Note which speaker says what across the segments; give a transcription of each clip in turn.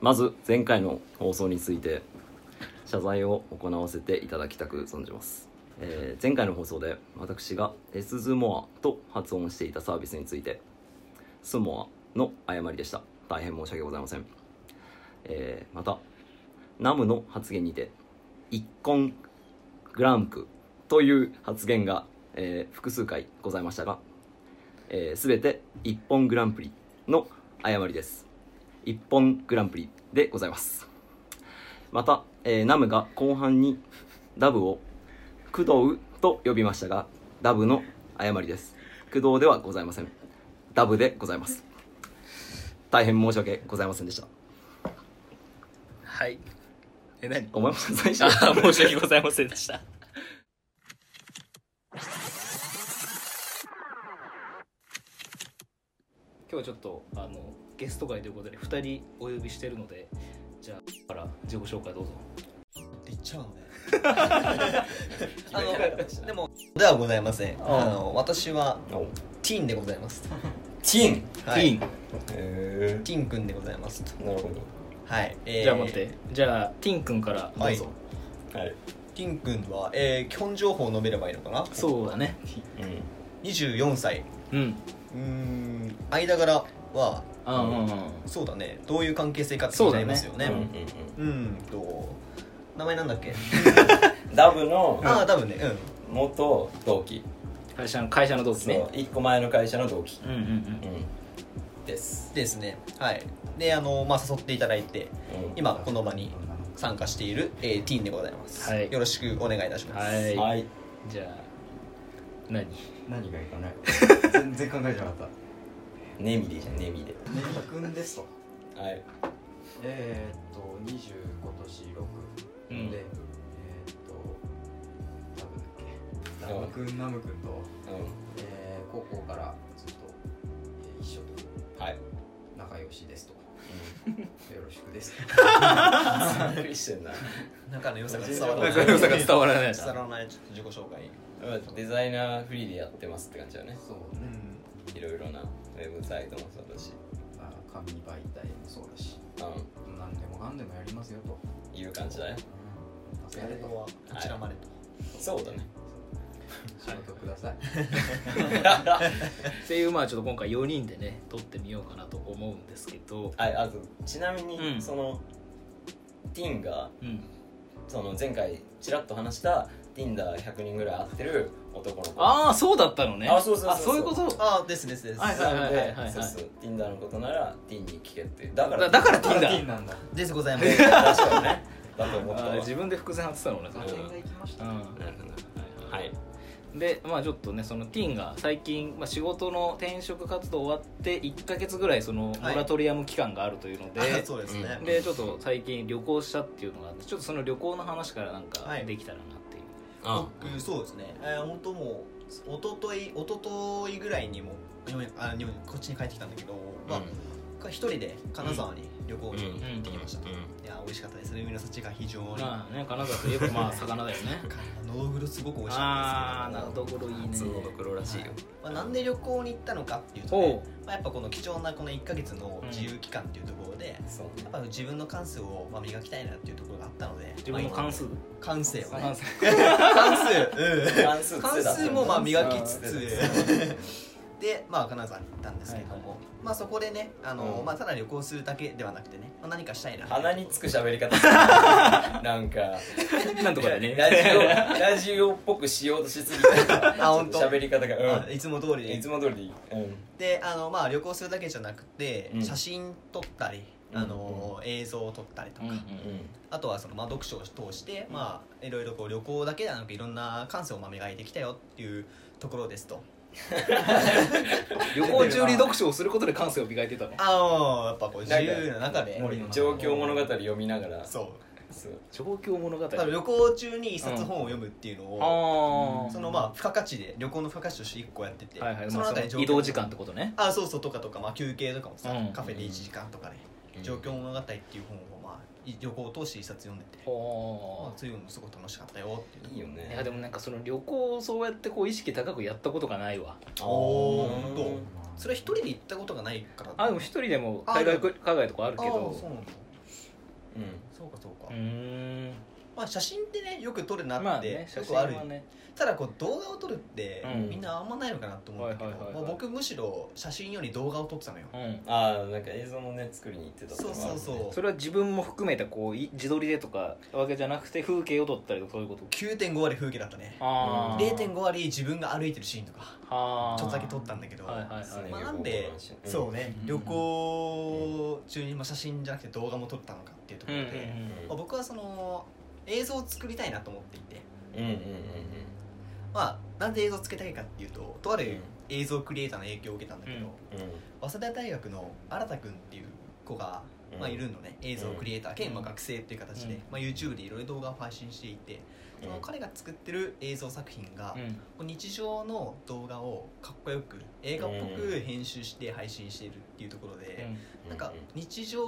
Speaker 1: まず前回の放送について謝罪を行わせていただきたく存じます、えー前回の放送で私が「エスズモア」と発音していたサービスについて「スモア」の誤りでした大変申し訳ございません、えーまたナムの発言にて「一婚グランク」という発言が、えー複数回ございましたがえー、全て「一本グランプリ」の誤りです一本グランプリでございますまた、えーナムが後半にダブを「工藤」と呼びましたがダブの誤りです工藤ではございませんダブでございます大変申し訳ございませんでした
Speaker 2: はいえ何
Speaker 1: お前も謝罪し
Speaker 2: あ
Speaker 1: ろ
Speaker 2: ー申し訳ございませんでした 今日はちょっとあのゲスト会ということで2人お呼びしてるのでじゃあから自己紹介どうぞ
Speaker 3: 言っちゃうのね
Speaker 2: あ
Speaker 3: あ
Speaker 2: の
Speaker 3: のでもではございませんあの私は
Speaker 1: お
Speaker 3: ティンでございます
Speaker 1: チーン
Speaker 3: はい
Speaker 2: ン
Speaker 1: へ
Speaker 3: ティン君でございますと
Speaker 1: えなるほ
Speaker 3: はい、えー
Speaker 2: じゃあ待ってじゃあティン君からど
Speaker 3: は
Speaker 2: う
Speaker 3: い
Speaker 2: ぞ、
Speaker 1: どはい、
Speaker 3: ティン君は、えー、基本情報を述べればいいのかな
Speaker 2: そうだね
Speaker 1: うん、
Speaker 3: 24歳
Speaker 2: うん
Speaker 3: うーん間柄は
Speaker 2: あうんうんうん
Speaker 3: そうだねどういう関係性かって聞いちゃいますよね
Speaker 1: う
Speaker 3: うん
Speaker 1: うん
Speaker 3: うんと名前なんだっけ、
Speaker 1: んダブの
Speaker 3: ああ多分ねうん
Speaker 1: 元同期
Speaker 2: 会社の会社のどうですね
Speaker 1: 1個前の会社の同期
Speaker 2: うんうんうん
Speaker 1: です、
Speaker 3: ですねはいであのまあ誘っていただいて今この場に参加している、えー、ティンでございます、
Speaker 2: はい
Speaker 3: よろしくお願いいたします、
Speaker 2: はい、
Speaker 1: はい
Speaker 2: じゃあ何
Speaker 4: 何がいいか ね全然考えてなかったね
Speaker 1: ネミでじゃんネミで
Speaker 4: ぎくんですと
Speaker 1: はい
Speaker 4: えー、っと25年
Speaker 2: う
Speaker 4: 6、
Speaker 2: ん
Speaker 4: でえー、っとダブだっけダブくんナムくんと、
Speaker 1: う
Speaker 4: えー、高校からずっと、えー一緒と
Speaker 1: んはい
Speaker 4: 仲良しですとよろしく です
Speaker 1: びっくりしてんな
Speaker 3: 仲の良さが伝わらない
Speaker 1: 仲の良さが
Speaker 2: 伝わらない
Speaker 3: 伝わらないちょっと自己紹介
Speaker 1: デザイナーフリーでやってますって感じだね
Speaker 4: そうね、
Speaker 1: いろいろなウェブサイトもそうだし
Speaker 4: まあ、紙媒体もそうだし
Speaker 1: う
Speaker 4: 何でもかんでもやりますよ
Speaker 1: ん
Speaker 4: と、
Speaker 1: いう感じだね
Speaker 4: うん、や
Speaker 3: や
Speaker 4: れ
Speaker 3: る
Speaker 4: と
Speaker 3: のはこちらまでと、
Speaker 1: そうだね
Speaker 4: 仕事くださ
Speaker 2: っ
Speaker 4: い
Speaker 2: ていうまあちょっと今回4人でね撮ってみようかなと思うんですけど
Speaker 1: はいあとちなみに、
Speaker 2: うん
Speaker 1: そのティンが
Speaker 2: うん
Speaker 1: その前回ちらっと話した Tinder100 人ぐらい会ってる男の子
Speaker 2: ああそうだったのね
Speaker 1: あそうそうそう
Speaker 2: あそういうこと
Speaker 3: ああですですです、
Speaker 2: はいはい
Speaker 1: なの
Speaker 2: はい
Speaker 1: で
Speaker 2: はいはい
Speaker 1: そうそう Tinder のことなら Tin に聞けってだから
Speaker 2: だだからティン
Speaker 4: テ
Speaker 2: だ
Speaker 4: ィンなん だ
Speaker 3: ですござ います
Speaker 1: 確かにねだと思った
Speaker 2: あ
Speaker 1: わ
Speaker 2: ー自分で伏線張ってたのねそ
Speaker 4: 打
Speaker 2: れ
Speaker 4: 点が行きました、
Speaker 2: う
Speaker 4: ね
Speaker 2: ん
Speaker 1: なるほどはい
Speaker 2: でまあちょっとねそのティンが最近、まあ、仕事の転職活動終わって1か月ぐらいそのモ
Speaker 3: はい
Speaker 2: ラトリアム期間があるというので、
Speaker 3: あそうですね、
Speaker 2: でちょっと最近旅行したっていうのがあってちょっとその旅行の話からなんか
Speaker 3: はい
Speaker 2: できたらなっていう、
Speaker 1: あ
Speaker 3: 僕そうですね、えー、本当もう一昨日一昨日ぐらいにも日本にあ日本にこっちに帰ってきたんだけど、まあ一人で金沢に旅行に行ってきましたと、
Speaker 1: うんうん
Speaker 3: いやー美味しかったですね海の幸が非常に、
Speaker 2: まあね金沢といえばまあ魚だよね
Speaker 3: のどぐろすごく美味し
Speaker 2: あ
Speaker 3: か
Speaker 2: あ
Speaker 3: った
Speaker 2: な
Speaker 3: です
Speaker 2: る
Speaker 3: けど
Speaker 2: ほどこいいね
Speaker 1: 初のドクロらしいよ
Speaker 3: まあ、なんで旅行に行ったのかっていうと、
Speaker 2: お
Speaker 3: ね
Speaker 2: う
Speaker 3: まあ、やっぱこの貴重なこの1か月の自由期間っていうところで、
Speaker 1: そう
Speaker 3: やっぱ自分の感性をまあ磨きたいなっていうところがあったので
Speaker 2: 自分の関数
Speaker 3: まあ感性をね
Speaker 2: 関数
Speaker 3: 関数うん
Speaker 1: 関数
Speaker 3: 関数もまあ磨きつつ
Speaker 1: つ
Speaker 3: でまあ金沢に行ったんですけども、まあそこでねあの、
Speaker 1: うん
Speaker 3: まあただ旅行するだけではなくてね、まあ、何かしたいな
Speaker 1: 鼻につく喋り 方なんか
Speaker 2: なんとかだ
Speaker 1: ラジオ
Speaker 2: ね
Speaker 1: ラジオっぽくしようとしすぎて
Speaker 3: あ本当
Speaker 1: 喋り方が
Speaker 3: あいつも通
Speaker 1: う
Speaker 3: り
Speaker 1: んい
Speaker 3: で
Speaker 1: つも通りでいいうん
Speaker 3: であのまあ旅行するだけじゃなくて、
Speaker 1: うん
Speaker 3: 写真撮ったりあの、映像を撮ったりと
Speaker 2: う
Speaker 3: か、
Speaker 2: んうん
Speaker 3: あとはその、まあ、読書を通して、まあ、いろいろこう旅行だけではなくいろんな感性をまあ磨いてきたよっていうところですと
Speaker 2: 旅行中に読書をすることで感性を磨いてたの
Speaker 3: ああやっぱこう自由な中で
Speaker 4: なん
Speaker 1: う
Speaker 4: か
Speaker 1: ん状況物語読みながら
Speaker 3: そう
Speaker 1: そう
Speaker 2: 状況物語
Speaker 3: だから旅行中に一冊本を読むっていうのを、
Speaker 2: ああ
Speaker 3: そのまあ付加価値で旅行の付加価値として1個やってて、
Speaker 2: はいはい
Speaker 3: その
Speaker 2: まあ
Speaker 3: 中
Speaker 2: そ
Speaker 3: で
Speaker 2: の移動時間ってことね
Speaker 3: あそうそうとかとか、まあ、休憩とかもさ、
Speaker 2: うん
Speaker 3: カフェで1時間とかで、状況物語っていう本を、まあ、い旅行を通して一冊読んでて、まあ
Speaker 2: ほ、
Speaker 3: そういうのもすごく楽しかったよっていう
Speaker 1: いいよ
Speaker 2: いや
Speaker 1: ね
Speaker 2: でもなんかその旅行をそうやってこう意識高くやったことがないわ
Speaker 3: おー
Speaker 1: あー
Speaker 3: どうそれは一人で行ったことがないから
Speaker 2: あでも一人でも海外
Speaker 3: ある
Speaker 2: 海外とかあるけ
Speaker 3: あー
Speaker 2: ど
Speaker 3: そうなんだそうかそう
Speaker 2: う
Speaker 3: か、
Speaker 2: ん
Speaker 3: まあ写真ってねよく撮るなって、
Speaker 2: まあね写
Speaker 3: よ
Speaker 2: 真
Speaker 3: くあ
Speaker 2: は
Speaker 3: る
Speaker 2: ね
Speaker 3: ただこう動画を撮るって、
Speaker 2: うん
Speaker 3: みんなあんまないのかなと思うんだけど、
Speaker 2: はいはいはいはい
Speaker 3: もう僕むしろ写真より動画を撮ってたのよ、
Speaker 2: うん
Speaker 4: ああなんか映像のね作りに行ってた
Speaker 3: そうそうそう、
Speaker 2: それは自分も含めたこうい自撮りでとかわけじゃなくて風景を撮ったりとかそういうこと
Speaker 3: 9.5割風景だったね
Speaker 2: あー
Speaker 3: 0.5割自分が歩いてるシーンとか
Speaker 2: はあ
Speaker 3: ちょっとだけ撮ったんだけど、
Speaker 2: はいはいはい
Speaker 4: そう
Speaker 3: まあ、
Speaker 4: ね
Speaker 3: なんで
Speaker 4: うん
Speaker 3: そうね、
Speaker 2: うん
Speaker 3: 旅行中にまあ写真じゃなくて動画も撮ったのかっていうところで、
Speaker 4: うん
Speaker 3: まあ、僕はその映像を作りたいなと思っていて
Speaker 4: うんうんうん
Speaker 3: まあなんで映像をつけたいかっていうととある映像クリエイターの影響を受けたんだけど、
Speaker 2: うん
Speaker 4: うんうん
Speaker 3: 早稲田大学の新田君っていう子が、
Speaker 4: うん
Speaker 3: まあ、いるのね映像クリエイター兼、まあ、学生っていう形で、
Speaker 2: うん
Speaker 3: まあ、YouTube でいろいろ動画を配信していてその彼が作ってる映像作品が、
Speaker 2: うん
Speaker 3: 日常の動画をかっこよく映画っぽく編集して配信しているっていうところで、なんか日常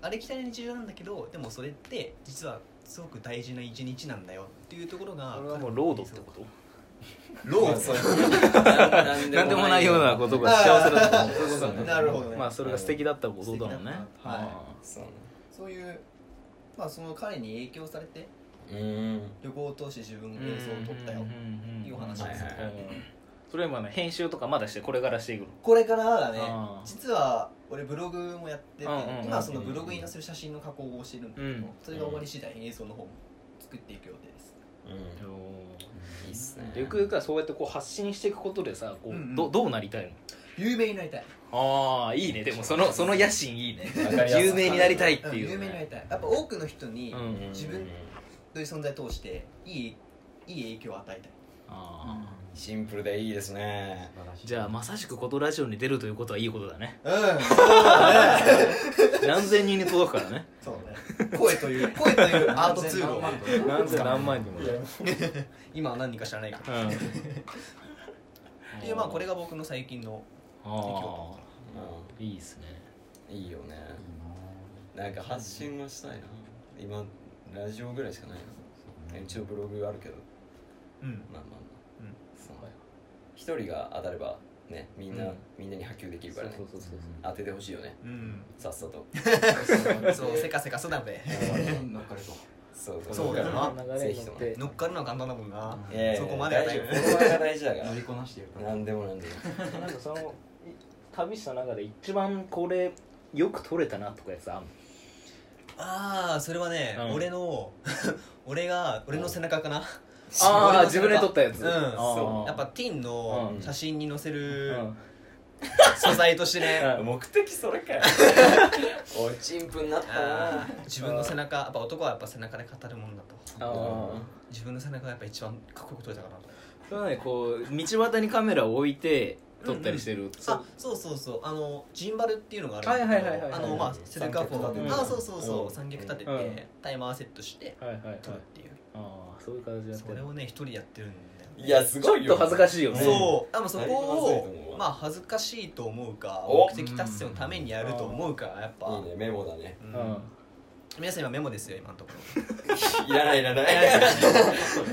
Speaker 3: あれきたり日常なんだけどでもそれって実はすごく大事な一日なんだよっていうところが
Speaker 2: これはもうロードってこと
Speaker 3: ロード
Speaker 4: そうなん
Speaker 2: なんでもないようなことが幸せだと思うそういうことだね
Speaker 3: なるほどね
Speaker 2: まあそれが素敵だったことだもんね
Speaker 3: 素敵だったは
Speaker 4: そう
Speaker 3: そういう、まあ、その彼に影響されて
Speaker 4: ねうん
Speaker 3: 旅行を通して自分
Speaker 2: い
Speaker 3: が映像を撮ったよっていうお話
Speaker 4: ですね
Speaker 2: それは今ね編集とかまだしてこれからしていくの
Speaker 3: これからだね
Speaker 2: あー
Speaker 3: 実は俺ブログもやってて
Speaker 2: うんうんうん
Speaker 3: 今そのブログに載せる写真の加工をしてるんだけど、
Speaker 2: うん
Speaker 3: それが終わり次第映像の方も作っていく予定です
Speaker 4: うんいいっすね
Speaker 2: ゆくゆくはそうやってこう発信していくことでさこう、
Speaker 3: うんうん
Speaker 2: どどうなりたいの
Speaker 3: 有名になりたい
Speaker 2: ああいいねでもそのその野心いいね
Speaker 4: わかりやすい
Speaker 2: 有名になりたいっていうう、
Speaker 3: ん有名になりたいやっぱ多くの人に
Speaker 2: う
Speaker 3: ど
Speaker 2: ん
Speaker 3: 自分ういう存在を通していいいい影響を与えたい
Speaker 2: あー
Speaker 4: シンプルでいいですね
Speaker 2: じゃあまさしくことラジオに出るということはいいことだね
Speaker 3: うん
Speaker 2: 何千人に届くからね
Speaker 3: そうね声という声というアートツー ルを
Speaker 2: 何千何万人もね
Speaker 3: 今は何人か知らないから
Speaker 2: うん
Speaker 3: っていうまあこれが僕の最近の影
Speaker 2: あ
Speaker 3: 響
Speaker 2: あいいですね
Speaker 4: うんいいよねなんか発信もしたいな今ラジオぐらいしかないな一応ブログあるけど
Speaker 3: だうん
Speaker 4: まあまあまあ
Speaker 3: うん
Speaker 4: そう一人が当たればねみんな、
Speaker 3: うん
Speaker 4: みんなに波及できる
Speaker 2: そ
Speaker 4: から
Speaker 2: う
Speaker 4: ね
Speaker 2: そうそうそう
Speaker 4: 当ててほしいよね
Speaker 3: うん
Speaker 4: さっさと
Speaker 3: そうせかせかそうだべ
Speaker 4: そうそう
Speaker 3: そうだよな
Speaker 2: 流れに乗って
Speaker 3: 乗っかるのは簡単だもんなそこまで
Speaker 4: 大
Speaker 3: は大
Speaker 4: 丈夫
Speaker 3: 丈
Speaker 4: フォロワーが大事だから
Speaker 5: 乗りこなしてるから
Speaker 4: 何でも何でも
Speaker 2: なんかそのい旅した中で一番これよく撮れたなとかやつあんの
Speaker 3: ああそれはね
Speaker 2: うん
Speaker 3: 俺の 俺が俺の背中かな
Speaker 2: ああ
Speaker 3: 自
Speaker 2: 自
Speaker 3: 分
Speaker 2: 分
Speaker 3: で
Speaker 2: で
Speaker 3: 撮
Speaker 2: 撮った
Speaker 3: っ
Speaker 2: た
Speaker 3: や
Speaker 2: やつ
Speaker 3: つ
Speaker 4: そ
Speaker 3: やっぱティンの
Speaker 2: うん
Speaker 3: 写真に載せ
Speaker 2: う
Speaker 3: る
Speaker 2: ん
Speaker 3: 素材としてね
Speaker 4: 目的それかよおいちんぷんなった
Speaker 3: あ
Speaker 4: な
Speaker 3: ー自分の背中やっぱ男はやっぱ背中で語るもんだと
Speaker 2: あ
Speaker 3: 自分の背中がやっぱ一番かっこよく撮れたかなと
Speaker 2: ーそれはねこう道端にカメラを置いて撮ったりしてる、そ
Speaker 3: あ
Speaker 2: う
Speaker 3: そうそうそうあのジンバルっていうのがあるんだ
Speaker 2: は
Speaker 3: けど
Speaker 2: いはいはいはい
Speaker 3: あのまあセルカフォ
Speaker 4: 三
Speaker 2: て
Speaker 4: 脚立
Speaker 3: ン
Speaker 2: る
Speaker 3: あそうそうそううん三脚立て
Speaker 2: う
Speaker 3: て
Speaker 2: ん
Speaker 3: タイマーセットして
Speaker 2: はいはいはい
Speaker 3: 撮るっていう
Speaker 2: ああそういう形でやって
Speaker 3: それ
Speaker 2: る
Speaker 3: をね一人でやってるんだよね
Speaker 4: いやす
Speaker 2: ちょ
Speaker 4: ご
Speaker 2: っ
Speaker 4: い
Speaker 2: と
Speaker 4: よ
Speaker 2: 恥ずか
Speaker 4: い
Speaker 2: しいよね
Speaker 3: そうあのそこ
Speaker 4: だいぶまずいと思
Speaker 3: を
Speaker 4: うわ
Speaker 3: まあ恥ずかしいと思うか
Speaker 4: お
Speaker 3: 目的達成のためにやると思うからやっぱ
Speaker 4: いねメモだね
Speaker 3: う
Speaker 2: うんん、
Speaker 3: 皆さん今メモですよ今のところ
Speaker 4: いらないいらない
Speaker 3: こういうのいらない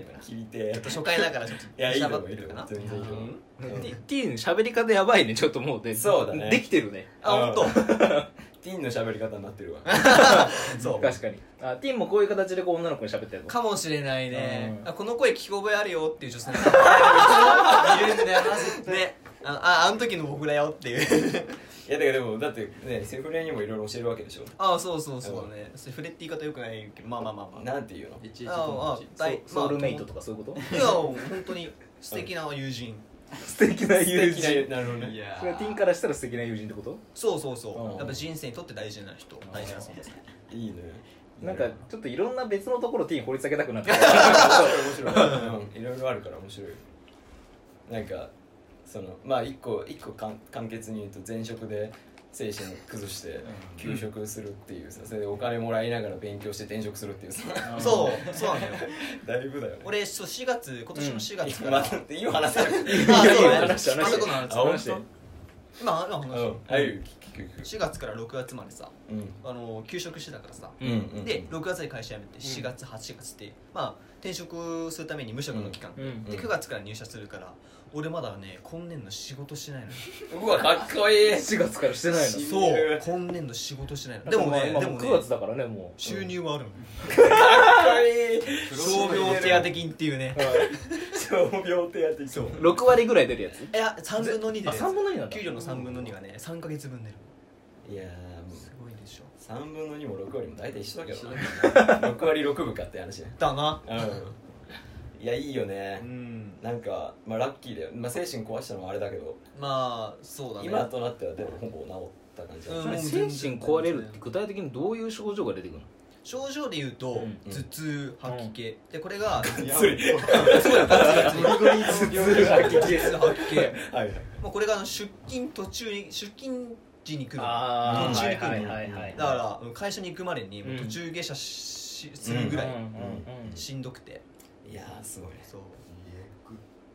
Speaker 3: の かな
Speaker 4: 聞いて
Speaker 3: 初回だからちょっ
Speaker 4: いや
Speaker 3: と
Speaker 4: いい
Speaker 3: しゃば
Speaker 4: と
Speaker 3: っ
Speaker 4: 思う
Speaker 3: て
Speaker 4: いい
Speaker 3: る
Speaker 4: と
Speaker 3: か
Speaker 4: 思
Speaker 3: な
Speaker 4: う全然いいと思ううん
Speaker 2: ティティーン喋り方やばいねちょっともうね
Speaker 4: そうだね
Speaker 2: できてるね
Speaker 3: あ本
Speaker 4: ティーンの喋り方になってる わ
Speaker 3: 当そう
Speaker 2: 確かにあティーンもこういう形でこう女の子に喋ってるの
Speaker 3: かもしれないね、
Speaker 2: うん
Speaker 3: あこの声聞き覚えあるよっていう女性がいるんだよな絶対ねあのああの時の僕だよっていう
Speaker 4: いやだけどでもだってねセフレにもいろいろ教えるわけでしょ
Speaker 3: ああそうそうそうだねセフレって言い方よくないけどまあまあまあまあ
Speaker 4: なんていうの
Speaker 5: いちいち
Speaker 3: ああ
Speaker 5: 友
Speaker 3: 大
Speaker 2: ソソウルメイトと
Speaker 3: か
Speaker 2: かそういう こと
Speaker 3: いや本当に素敵な友人
Speaker 2: 素敵な友
Speaker 4: 素敵
Speaker 2: 人
Speaker 4: ななるほど
Speaker 5: 達い
Speaker 4: ね
Speaker 5: や
Speaker 2: それはティーンからしたら素敵な友人ってこと
Speaker 3: そうそうそう、
Speaker 2: うん
Speaker 3: やっぱ人生にとって大事な人大事な存在
Speaker 4: いいね
Speaker 2: なんかちょっといろんな別のところティーン掘り下げたく なって
Speaker 4: 面白い面白いうんいろいろあるから面白いなんかそのまあ一個一個簡簡潔に言うと前職で精神崩して休職するっていうさそれでお金もらいながら勉強して転職するっていうさ
Speaker 3: そうそうなんだよ
Speaker 4: だいぶだよね
Speaker 3: 俺そう4月今年の4月か
Speaker 4: 今
Speaker 3: ら、
Speaker 4: また今話せる
Speaker 3: あそうね
Speaker 2: 話した話した
Speaker 3: あそこの話
Speaker 4: あ本当
Speaker 3: 今今話
Speaker 4: うんあゆ聞く聞く聞
Speaker 3: 4月から6月までさ
Speaker 4: くうん
Speaker 3: あの休職してたからさ、
Speaker 4: うんうん
Speaker 3: で6月で会社辞めて4月8月って、まあ転職するために無職の期間、
Speaker 2: うん
Speaker 3: で9月から入社するから俺まだね今年度仕事してないのよ
Speaker 4: うわかっこいい
Speaker 2: 4月からしてない
Speaker 4: し
Speaker 2: の
Speaker 3: そう今年度仕事してないのでもね
Speaker 2: まあ
Speaker 3: で
Speaker 2: ま
Speaker 3: も
Speaker 2: あ
Speaker 3: ね
Speaker 2: 9月だからねもう
Speaker 3: 収入はあるのよ
Speaker 4: かっこいい
Speaker 3: 傷病手当金っていうね
Speaker 2: うん
Speaker 4: 傷病手当そう
Speaker 2: 6割ぐらい出るやつ
Speaker 3: いや3分の2で
Speaker 2: あ3分の2なんだ
Speaker 3: 給料の3分の2がね3か月分出る
Speaker 4: いやーも
Speaker 3: すごいでしょ
Speaker 4: う3分の2も6割も大体一緒だけどな6割6分かって話ね
Speaker 3: だな
Speaker 4: うんいやいいよね
Speaker 3: うん
Speaker 4: なんか、まあ、ラッキーだよ、まあ、精神壊したのはあれだけど、
Speaker 3: まあそうだね
Speaker 4: 今となってはでもほぼ治った感じだ、
Speaker 3: うん
Speaker 4: そ
Speaker 2: そ
Speaker 4: れ
Speaker 2: れ精神壊れるって具体的にどういう症状が出てくるの
Speaker 3: 症状で言うと、
Speaker 2: うん
Speaker 3: 頭痛吐き気、でこれが
Speaker 4: つい
Speaker 3: 頭痛吐き気
Speaker 4: はいはい
Speaker 3: もうこれがあの出勤途中に出勤時に来るの
Speaker 2: あ
Speaker 3: ー
Speaker 2: あ
Speaker 3: 途
Speaker 2: は
Speaker 3: 中
Speaker 2: い
Speaker 3: に来るの
Speaker 2: はいはいはい
Speaker 3: だからうん会社に行くまでにもう
Speaker 2: うん
Speaker 3: 途中下車しするぐらい
Speaker 2: うんうんうん
Speaker 3: しんどくて、
Speaker 4: いやーすごいね
Speaker 3: そう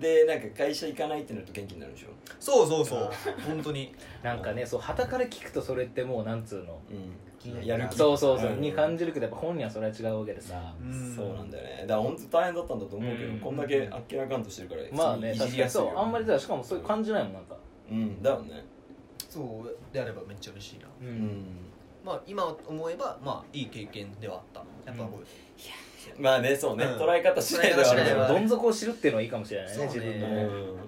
Speaker 4: でなんか会社行かないってなると元気になるでしょ
Speaker 3: そうそうそう本当に
Speaker 2: なんかねそう旗から聞くとそれってもうなんつうの
Speaker 4: うんやる気
Speaker 2: そうそうそう
Speaker 4: うん
Speaker 2: に感じるけどやっぱ本人はそれは違うわけでさ
Speaker 3: うん
Speaker 4: そうなんだよねだから本当大変だったんだと思うけ
Speaker 2: う
Speaker 4: ど、
Speaker 2: ん
Speaker 4: こんだけあっけらかんとしてるから
Speaker 2: まあね
Speaker 4: いじ
Speaker 2: 確
Speaker 4: り
Speaker 2: かに
Speaker 4: やすい
Speaker 2: そ
Speaker 4: よ
Speaker 2: うあんまりだからしかもそういう感じないもんなんか
Speaker 4: うんだよね
Speaker 3: そうであればめっちゃ嬉しいな
Speaker 2: う
Speaker 4: うんん
Speaker 3: まあ今思えばまあいい経験ではあったやっぱこう、
Speaker 4: まあねそうね、
Speaker 3: うん
Speaker 4: 捉え方次第ではあ
Speaker 3: 捉え方
Speaker 4: るけど
Speaker 3: 次第は
Speaker 2: どん底を知るっていうのはいいかもしれないね
Speaker 3: そうね
Speaker 2: 自分
Speaker 4: う
Speaker 2: の
Speaker 4: ん
Speaker 2: ね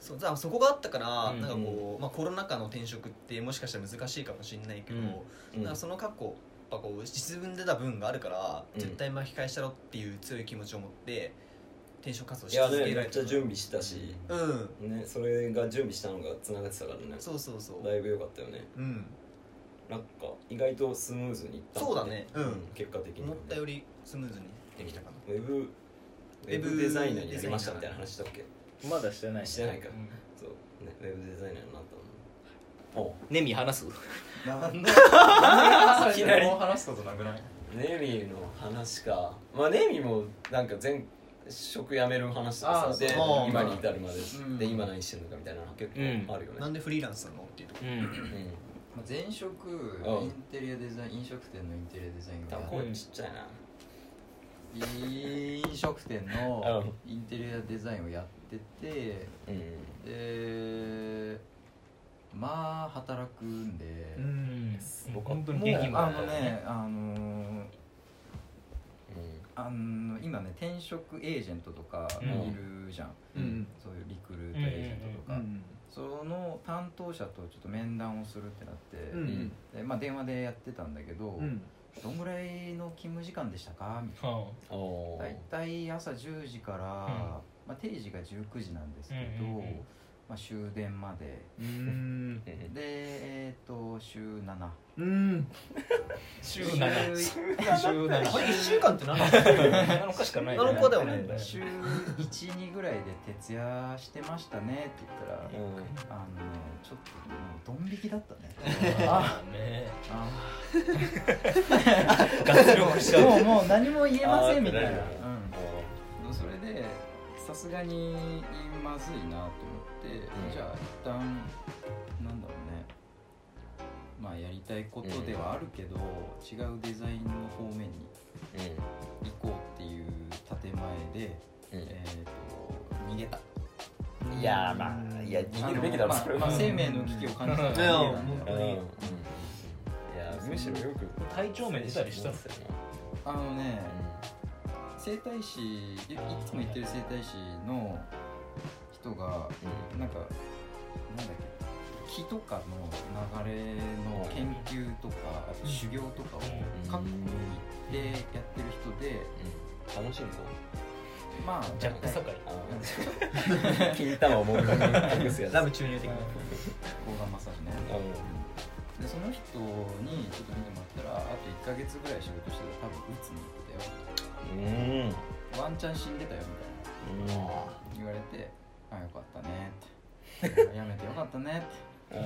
Speaker 3: そうだからそこがあったから、
Speaker 2: うん
Speaker 3: なんかこう、まあ、コロナ禍の転職ってもしかしたら難しいかもしれないけど、
Speaker 2: うん
Speaker 4: うん
Speaker 3: なんかその過去やっぱこう実分でた分があるから、
Speaker 4: うん
Speaker 3: 絶対巻き返したろっていう強い気持ちを持って転職活動
Speaker 4: い
Speaker 3: し
Speaker 4: や
Speaker 3: 続
Speaker 4: ね
Speaker 3: け
Speaker 4: め
Speaker 3: ら
Speaker 4: っ
Speaker 3: れ
Speaker 4: ち
Speaker 3: た
Speaker 4: ゃ準備したし、
Speaker 3: うん
Speaker 4: ね、それが準備したのが繋がってたからね
Speaker 3: そうそうそう
Speaker 4: だいぶ良かったよね
Speaker 3: うん
Speaker 4: なんか意外とスムーズにいった
Speaker 3: そうだねうん
Speaker 4: 結果的に
Speaker 3: 思ったよりスムーズにできたかな
Speaker 4: ウェブウェブデザイナーになりましたみたいな話だっけ
Speaker 2: まだしてないね
Speaker 4: してないか
Speaker 2: うん
Speaker 4: そう、ね、ウェブデザイナーになったのお
Speaker 2: ネミ話す
Speaker 4: いきなり
Speaker 5: 話すことなくない
Speaker 4: ネミーの話かまあネミーもなんか前職辞める話と
Speaker 5: あ
Speaker 4: か
Speaker 5: ー
Speaker 4: さ
Speaker 5: そう
Speaker 4: で
Speaker 3: うん
Speaker 4: 今に至るまで、
Speaker 5: うん
Speaker 4: で今何してるのかみたいなの結構あるよね、
Speaker 3: なんでフリーランスなのっていうとこ
Speaker 2: うん
Speaker 4: うん
Speaker 5: まあ 前職
Speaker 4: うん
Speaker 5: インテリアデザイン飲食店のインテリアデザイン
Speaker 4: 多分
Speaker 5: を
Speaker 4: こ
Speaker 5: や
Speaker 4: れちっちゃいな
Speaker 5: 飲食店の
Speaker 4: う
Speaker 5: インテリアデザインをやってて
Speaker 4: うん、
Speaker 5: でまあ働くんで、
Speaker 2: うん
Speaker 4: 僕は
Speaker 2: 本当
Speaker 5: も
Speaker 2: に
Speaker 5: う
Speaker 2: 元気もら
Speaker 5: あ
Speaker 2: えた
Speaker 5: の
Speaker 2: よ
Speaker 5: ねあのーあの今ね転職エージェントとかいるじゃん、
Speaker 4: うんうん
Speaker 5: そういうリクルートエージェントとか、
Speaker 3: ん
Speaker 5: その担当者とちょっと面談をするってなって、
Speaker 3: うんうん
Speaker 5: でまあ、電話でやってたんだけど、
Speaker 3: うん
Speaker 5: どんぐらいの勤務時間でしたかみたい
Speaker 2: は
Speaker 4: おお
Speaker 5: な大体朝10時から、まあ、定時が19時なんですけど、
Speaker 2: うんうんうん
Speaker 5: まあ、終電まで
Speaker 3: うん
Speaker 5: でえっ、と週7
Speaker 3: うん
Speaker 2: あ週7週
Speaker 3: あ
Speaker 2: 7
Speaker 3: れ1週間って何なん
Speaker 2: 7日しかないね
Speaker 3: 7日だよね
Speaker 5: 週12ぐらいで徹夜してましたねって言ったら
Speaker 4: う
Speaker 5: あのねちょっともうドン引きだったね
Speaker 2: あね
Speaker 5: あ
Speaker 2: ガス力し
Speaker 5: ーもうもう何も言えませんみたいな、
Speaker 4: あ
Speaker 5: う
Speaker 4: ー
Speaker 5: んそれでさすがにまずいなと思って、
Speaker 4: うん
Speaker 5: じゃあ一旦なんだろうねまあやりたいことではあるけど、違うデザインの方面に
Speaker 4: ん
Speaker 5: 行こうっていう建前で、
Speaker 4: うんうん
Speaker 5: えー、と逃げた
Speaker 4: いやーまあいや逃げるべきだろ
Speaker 5: あの
Speaker 4: それは
Speaker 5: まあまあ生命の危機を感じたから逃げたんだよ
Speaker 4: うんいやむしろよく
Speaker 2: 体調面出たりした
Speaker 4: ん
Speaker 2: ん
Speaker 4: で
Speaker 2: です
Speaker 4: よ
Speaker 5: あのね整体師いいつも行ってる整体師の人がなんかなんだっけ木とかの流れの研究とかあと修行とかを
Speaker 4: ん
Speaker 5: 各国に行ってやってる人で
Speaker 4: 楽 しいぞ
Speaker 5: まあ
Speaker 2: ジャック酒井
Speaker 4: 金玉をもう一回隠すやつ
Speaker 3: ラブ注入的な
Speaker 5: 抗がんマッサージねでその人にちょっと見てもらったらあと1ヶ月ぐらい仕事してたら多分うつに行って
Speaker 4: うん
Speaker 5: たよワンチャン死んでたよみたいな言われてあよかった ねってやめてよかったねって
Speaker 4: いや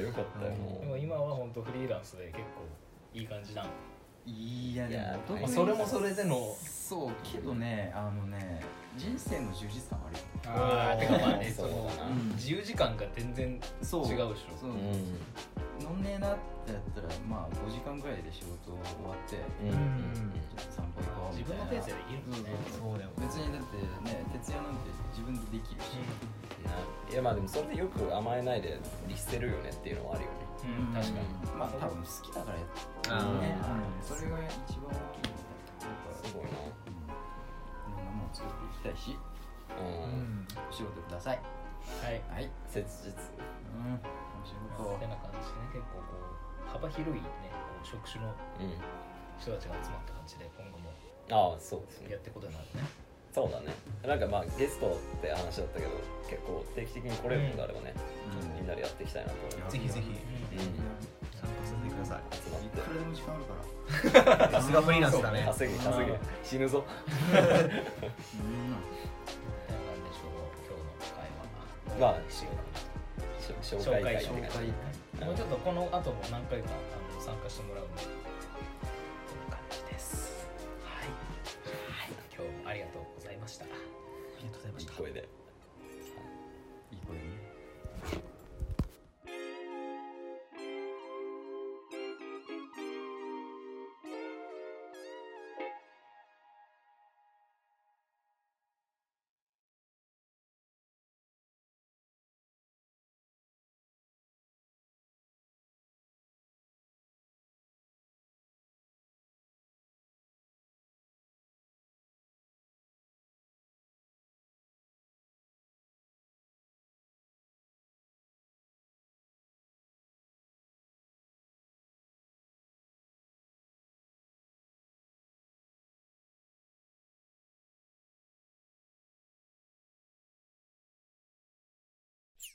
Speaker 4: よかったよ
Speaker 2: でも今は本当フリーランスで結構いい感じなの
Speaker 5: いや
Speaker 4: い
Speaker 5: でも
Speaker 4: や
Speaker 5: どこ
Speaker 4: まあ
Speaker 5: に
Speaker 4: それもそれでの
Speaker 5: そうけどねあのね人生の充実感はある
Speaker 2: あーて
Speaker 5: よ
Speaker 2: かまあね
Speaker 4: そ
Speaker 2: そう
Speaker 4: だ
Speaker 2: の
Speaker 4: な
Speaker 5: うん
Speaker 2: 自由時間が全然違うでし
Speaker 5: そ
Speaker 2: ょ
Speaker 5: うそう、
Speaker 4: うん
Speaker 5: 飲んねえなってやったらまあ5時間ぐらいで仕事終わってち
Speaker 4: うんうん
Speaker 5: ょっと散歩行こう
Speaker 2: 自
Speaker 5: みた
Speaker 2: 分のペ
Speaker 5: いな
Speaker 2: ースでできるもんね
Speaker 3: そうだよ
Speaker 5: 別にだってね徹夜なんて自分でできるし、
Speaker 4: ないやまあでもそれでよく甘えないで律せるよねっていうのはあるよね
Speaker 2: うん確かに
Speaker 5: まあ多分好きだからやって
Speaker 2: あ
Speaker 5: ね
Speaker 2: ー
Speaker 5: それが一番大きいよねだから
Speaker 4: すごい
Speaker 5: うんいろんなものを作っていきたいし
Speaker 4: な
Speaker 3: う
Speaker 4: う、
Speaker 3: んん
Speaker 5: お仕事ください
Speaker 2: はい
Speaker 5: はい
Speaker 4: 切
Speaker 5: う
Speaker 4: 実
Speaker 5: んお仕事
Speaker 2: てな感じでね結構こう幅広いねこう職種の
Speaker 4: うん
Speaker 2: 人たちが集まった感じで今後も
Speaker 4: ああそうです
Speaker 2: や
Speaker 4: ね
Speaker 2: っていくことになるね
Speaker 4: そうだねなんかまあゲストって話だったけど結構定期的に来れるのであればね、
Speaker 5: うん
Speaker 4: みんなでやっていきたいなと思います、
Speaker 3: ぜひぜひ
Speaker 4: うん
Speaker 3: 参加させてください
Speaker 4: 集まっ
Speaker 5: い
Speaker 4: て
Speaker 5: くらでも時間あるから
Speaker 3: さすがフリーランスだね
Speaker 4: 稼げ稼げ死ぬぞ
Speaker 5: う
Speaker 2: こんな感じでちょうど今日の会話
Speaker 4: まあ
Speaker 2: しようかな
Speaker 4: し紹介会って
Speaker 5: ん
Speaker 4: 感じ
Speaker 2: うんもうちょっとこの後も何回かあの参加してもらうんでこんな感じですはい、はい、今日もありがとうございました
Speaker 3: ありがとうございま
Speaker 4: い
Speaker 3: し
Speaker 4: い
Speaker 3: た
Speaker 4: 声で